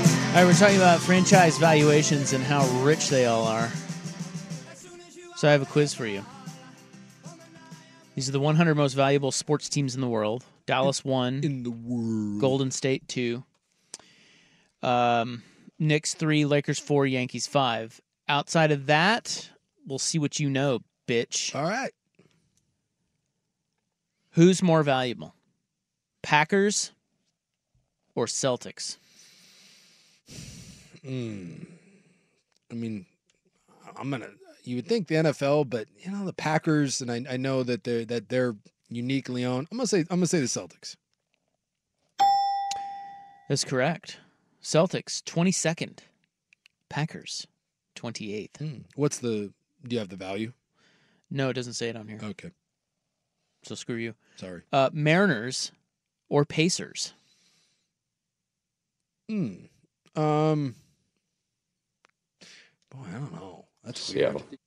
All right, we're talking about franchise valuations and how rich they all are. So I have a quiz for you. These are the 100 most valuable sports teams in the world. Dallas one, in the world. Golden State two, um, Knicks three, Lakers four, Yankees five. Outside of that, we'll see what you know, bitch. All right. Who's more valuable, Packers or Celtics? I mean, I'm gonna. You would think the NFL, but you know the Packers, and I, I know that they're that they're uniquely owned. I'm gonna say I'm gonna say the Celtics. That's correct. Celtics 22nd, Packers 28th. Hmm. What's the? Do you have the value? No, it doesn't say it on here. Okay, So screw you. sorry. Uh, Mariners or Pacers? Hmm. Um. Boy, I don't know. That's Seattle. Weird.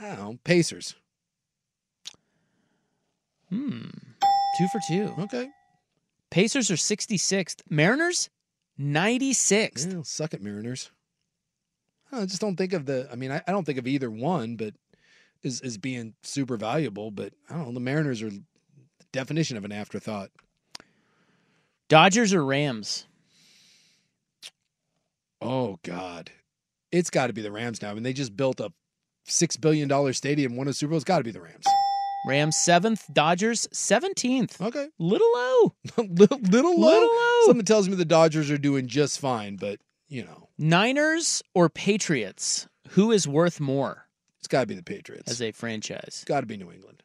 I don't know. Pacers. Hmm. Two for two. Okay. Pacers are 66th. Mariners, 96th. Yeah, suck it, Mariners. I just don't think of the. I mean, I, I don't think of either one, but is is being super valuable. But I don't know. The Mariners are the definition of an afterthought. Dodgers or Rams? Oh God, it's got to be the Rams now. I mean, they just built a six billion dollar stadium, won a Super Bowl. It's got to be the Rams. Rams 7th, Dodgers 17th. Okay, Little low. little, little low. Little low. Something tells me the Dodgers are doing just fine, but you know, Niners or Patriots? Who is worth more it's got to be the Patriots. as a franchise? it's got to be New England.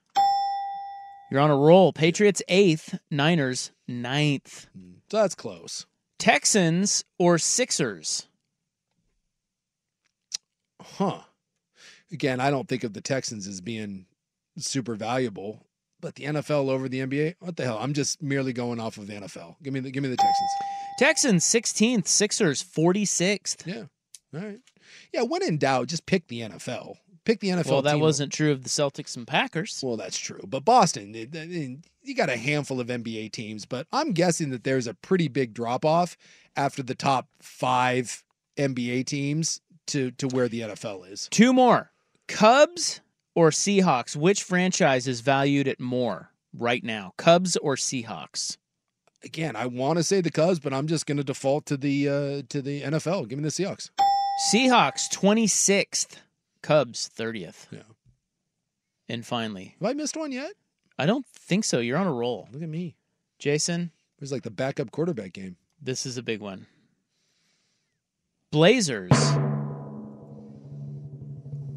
You're on a roll. Patriots 8th, Niners 9th. Hmm. So that's close. Texans or Sixers? Huh. Again, I don't think of the Texans as being super valuable, but the NFL over the NBA, what the hell? I'm just merely going off of the NFL. Give me the give me the Texans. Texans 16th, Sixers 46th. Yeah. All right. Yeah, when in doubt, just pick the NFL. Pick the NFL. Well, that team. wasn't true of the Celtics and Packers. Well, that's true. But Boston, they- they- they- you got a handful of NBA teams, but I'm guessing that there's a pretty big drop off after the top 5 NBA teams to to where the NFL is. Two more Cubs or Seahawks? Which franchise is valued at more right now? Cubs or Seahawks? again, I want to say the Cubs, but I'm just going to default to the uh, to the NFL. Give me the Seahawks. Seahawks 26th, Cubs 30th. Yeah. And finally, Have I missed one yet? I don't think so. You're on a roll. Look at me. Jason, It was like the backup quarterback game. this is a big one. Blazers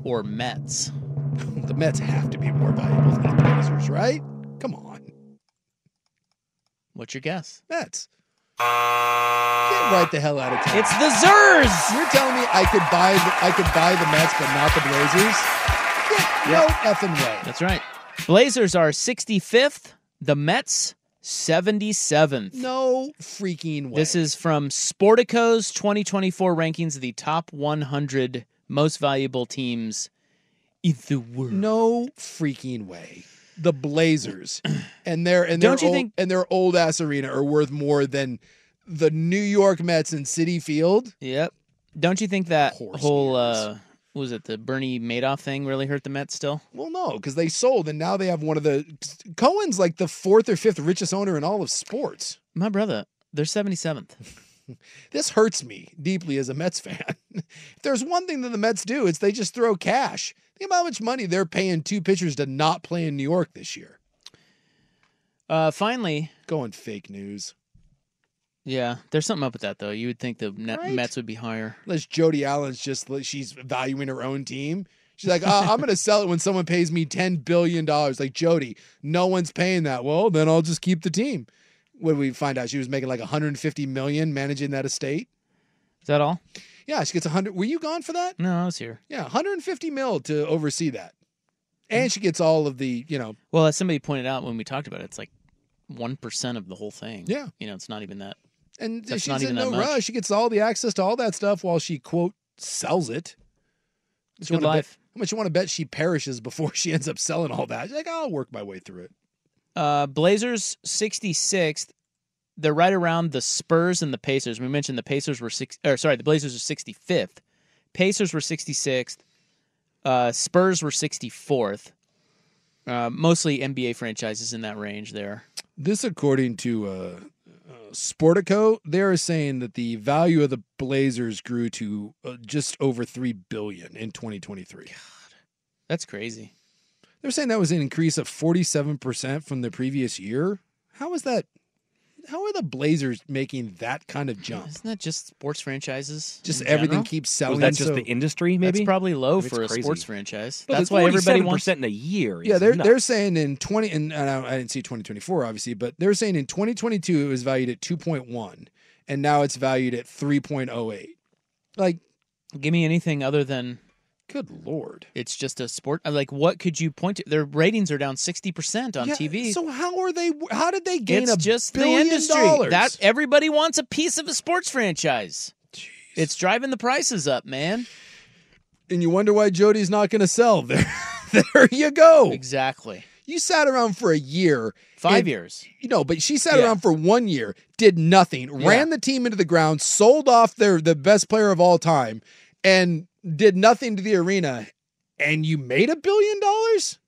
or Mets? The Mets have to be more valuable than the Blazers, right? Come on, What's your guess? Mets. Get right the hell out of town. It's the Zers! You're telling me I could buy the, I could buy the Mets, but not the Blazers? Yeah, no effing way. That's right. Blazers are 65th, the Mets 77th. No freaking way. This is from Sportico's 2024 rankings of the top 100 most valuable teams in the world. no freaking way. The Blazers and their and Don't you their old, think- and their old ass arena are worth more than the New York Mets and City Field. Yep. Don't you think that Horse whole ears. uh what was it the Bernie Madoff thing really hurt the Mets still? Well, no, because they sold and now they have one of the Cohen's like the fourth or fifth richest owner in all of sports. My brother, they're 77th. This hurts me deeply as a Mets fan. if there's one thing that the Mets do, it's they just throw cash. Think about how much money they're paying two pitchers to not play in New York this year. Uh, finally, Going fake news. yeah, there's something up with that though. You would think the Net- Right? Mets would be higher. Unless Jody Allen's just like she's valuing her own team. She's like, uh, I'm gonna sell it when someone pays me ten billion dollars. Like Jody, no one's paying that. Well, then I'll just keep the team. When we find out she was making like 150 million managing that estate. Is that all? Yeah, she gets 100. Were you gone for that? No, I was here. Yeah, 150 mil to oversee that. And she gets all of the, you know, Well, as somebody pointed out when we talked about it, it's like one percent of the whole thing. Yeah. you know, it's not even that. and That's she's not in even no that much. rush. She gets all the access to all that stuff while she quote sells it. It's You good wanna bet- life. how much you want to bet she perishes before she ends up selling all that? She's like, I'll work my way through it. Uh, Blazers 66th. They're right around the Spurs and the Pacers. We mentioned the Pacers were six. Or sorry, the Blazers are 65th. Pacers were 66th. Uh, Spurs were 64th. Uh, mostly NBA franchises in that range there. This, according to uh, uh, Sportico, they are saying that the value of the Blazers grew to uh, just over three billion in 2023. That's crazy. They're saying that was an increase of 47% from the previous year. How is that? How are the Blazers making that kind of jump? Isn't that just sports franchises? Just in everything general? keeps Was selling. that just so- the industry? Maybe That's probably low It's for a crazy. sports franchise. But That's the why everybody 47% wants. in a year. yeah, is they're nuts. they're saying in 20 and, and I, I didn't see 2024 obviously, but they're saying in 2022 it was valued at 2.1 and now it's valued at 3.08. Like, Give me anything other than good lord. it's just a sport. uh, Like, what could you point to? Their ratings are down sixty percent on Yeah, TV. So how are they how did they gain it's a just the billion industry dollars? that everybody wants a piece of a sports franchise. It's driving the prices up, man. and you wonder why Jody's not going to sell. There there you go. Exactly. You sat around for a year Five Oh. And- years. you know, but she sat Yeah. around for one year, did nothing, Yeah. ran the team into the ground, sold off their the best player of all time, and did nothing to the arena. And you made a billion dollars?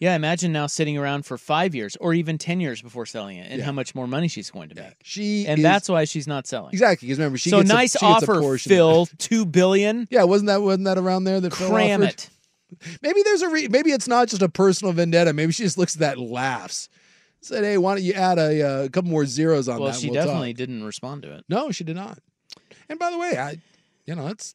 Yeah, imagine now sitting around for five years or even ten years before selling it, and Yeah. how much more money she's going to make. She And is- that's why she's not selling. exactly because remember she so gets a- nice she gets a offer, portion of Phil. that. Two billion. Yeah, wasn't that wasn't that around there that Phil Cram offered? it. Maybe there's a re- maybe it's not just a personal vendetta. Maybe she just looks at that and laughs. Said, "Hey, why don't you add a, uh, couple more zeros on Well, that?" and she we'll talk." definitely didn't respond to it. no, she did not. And by the way, I, you know, it's